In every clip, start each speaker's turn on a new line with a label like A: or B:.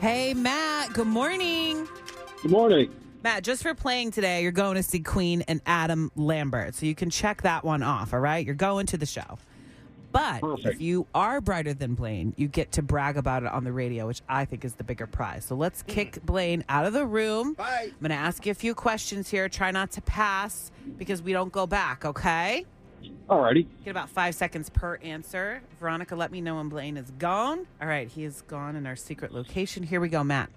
A: Hey, Matt, good morning.
B: Good morning.
A: Matt, just for playing today, you're going to see Queen and Adam Lambert. So you can check that one off, all right? You're going to the show. But if
B: Perfect.
A: you are brighter than Blaine, you get to brag about it on the radio, which I think is the bigger prize. So let's kick Blaine out of the room.
B: Hmm. Bye.
A: I'm going to ask you a few questions here. Try not to pass because we don't go back, okay?
B: Alrighty.
A: Get about five seconds per answer. Veronica, let me know when Blaine is gone. All right, he is gone in our secret location. Here we go, Matt.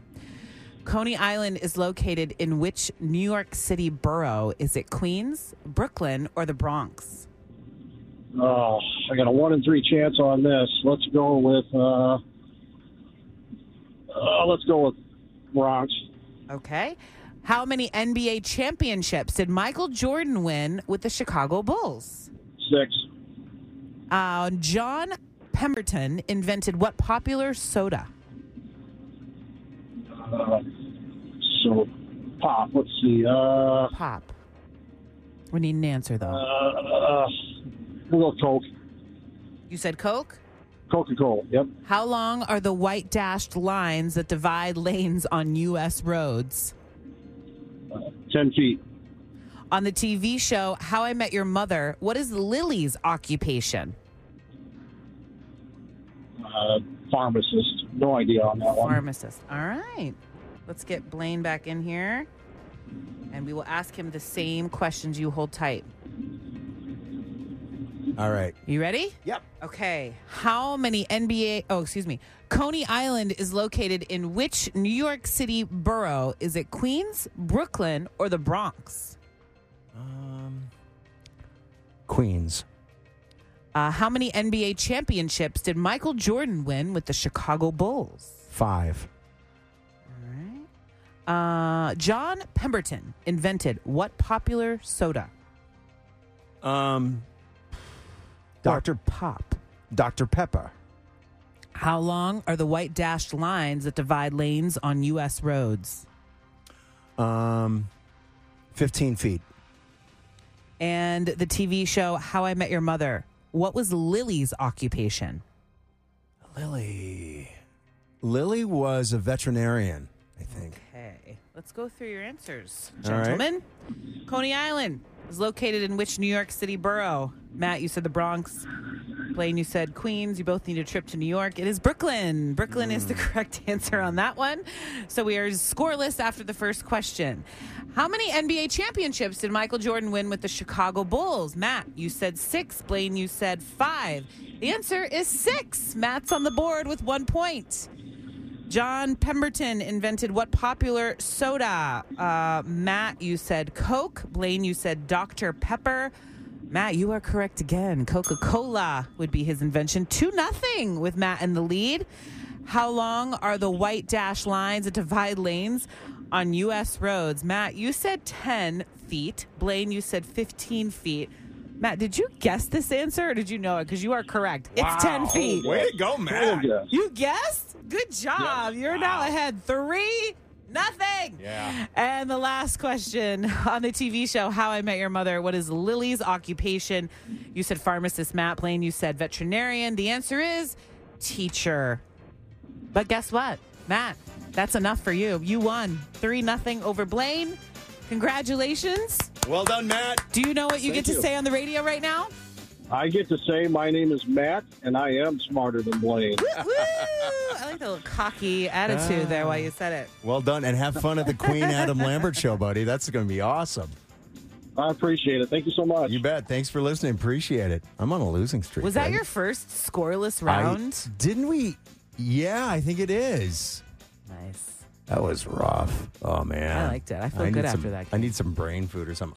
A: Coney Island is located in which New York City borough? Is it Queens, Brooklyn, or the Bronx?
B: Oh, I got a one in three chance on this. Let's go with uh, uh let's go with Bronx.
A: Okay. How many NBA championships did Michael Jordan win with the Chicago Bulls?
B: Six.
A: Uh, John Pemberton invented what popular soda?
B: Uh, so pop. Let's see. Uh,
A: Pop. We need an answer,
B: uh,
A: though.
B: uh we'll go Coke.
A: You said Coke?
B: Coca Cola. Yep.
A: How long are the white dashed lines that divide lanes on U.S. roads?
B: Uh, Ten feet.
A: On the TV show How I Met Your Mother, what is Lily's occupation?
B: Uh, pharmacist. No idea on that one.
A: Pharmacist. All right. Let's get Blaine back in here and we will ask him the same questions you hold tight.
C: All right.
A: You ready?
C: Yep.
A: Okay. How many NBA? Oh, excuse me. Coney Island is located in which New York City borough? Is it Queens, Brooklyn, or the Bronx?
C: Um, Queens.
A: Uh, how many NBA championships did Michael Jordan win with the Chicago Bulls?
C: Five.
A: All right. Uh, John Pemberton invented what popular soda?
C: Um,
A: Or
C: Doctor
A: Pop.
C: Doctor Pepper.
A: How long are the white dashed lines that divide lanes on U.S. roads?
C: Um, fifteen feet.
A: And the TV show How I Met Your Mother. What was Lily's occupation?
C: Lily. Lily was a veterinarian, I think.
A: Okay, let's go through your answers,
C: All right.
A: gentlemen. Coney Island is located in which New York City borough? Matt, you said the Bronx. Blaine, you said Queens. You both need a trip to New York. It is Brooklyn. Brooklyn is the
C: Hmm.
A: correct answer on that one. So we are scoreless after the first question. How many NBA championships did Michael Jordan win with the Chicago Bulls? Matt, you said six. Blaine, you said five. The answer is six. Matt's on the board with one point. John Pemberton invented what popular soda? Uh, Matt, you said Coke. Blaine, you said Dr. Pepper. Matt, you are correct again. Coca Cola would be his invention. 2 nothing with Matt in the lead. How long are the white dash lines that divide lanes on U.S. roads? Matt, you said 10 feet. Blaine, you said 15 feet. Matt, did you guess this answer or did you know it? Because you are correct. It's 10 feet.
C: Way to go,
B: Cool
C: Matt.
B: guess.
A: You guessed? Good job. You're now ahead three nothing.
C: Yeah.
A: And the last question on the TV show How I Met Your Mother, what is Lily's occupation? You said pharmacist Matt Blaine, you said veterinarian. The answer is teacher. But guess what? Matt, that's enough for you. You won. Three nothing over Blaine. Congratulations.
C: Well done, Matt.
A: Do you know what you
B: Thank
A: get to
B: you.
A: say on the radio right now?
B: I get to say my name is Matt, and I am smarter than Blaine.
A: Woo! I like the little cocky attitude there while you said it.
C: Well done, and have fun at the Queen Adam Lambert show, buddy. That's going to be awesome.
B: I appreciate it. Thank you so much.
C: You bet. Thanks for listening. Appreciate it. I'm on a losing streak.
A: Was that
C: right?
A: your first scoreless
C: I-
A: round?
C: didn't we? Yeah, I think it is.
A: nice.
C: That was rough. Oh man,
A: I liked it. I feel good
C: need some-
A: after that
C: I need some brain food or something.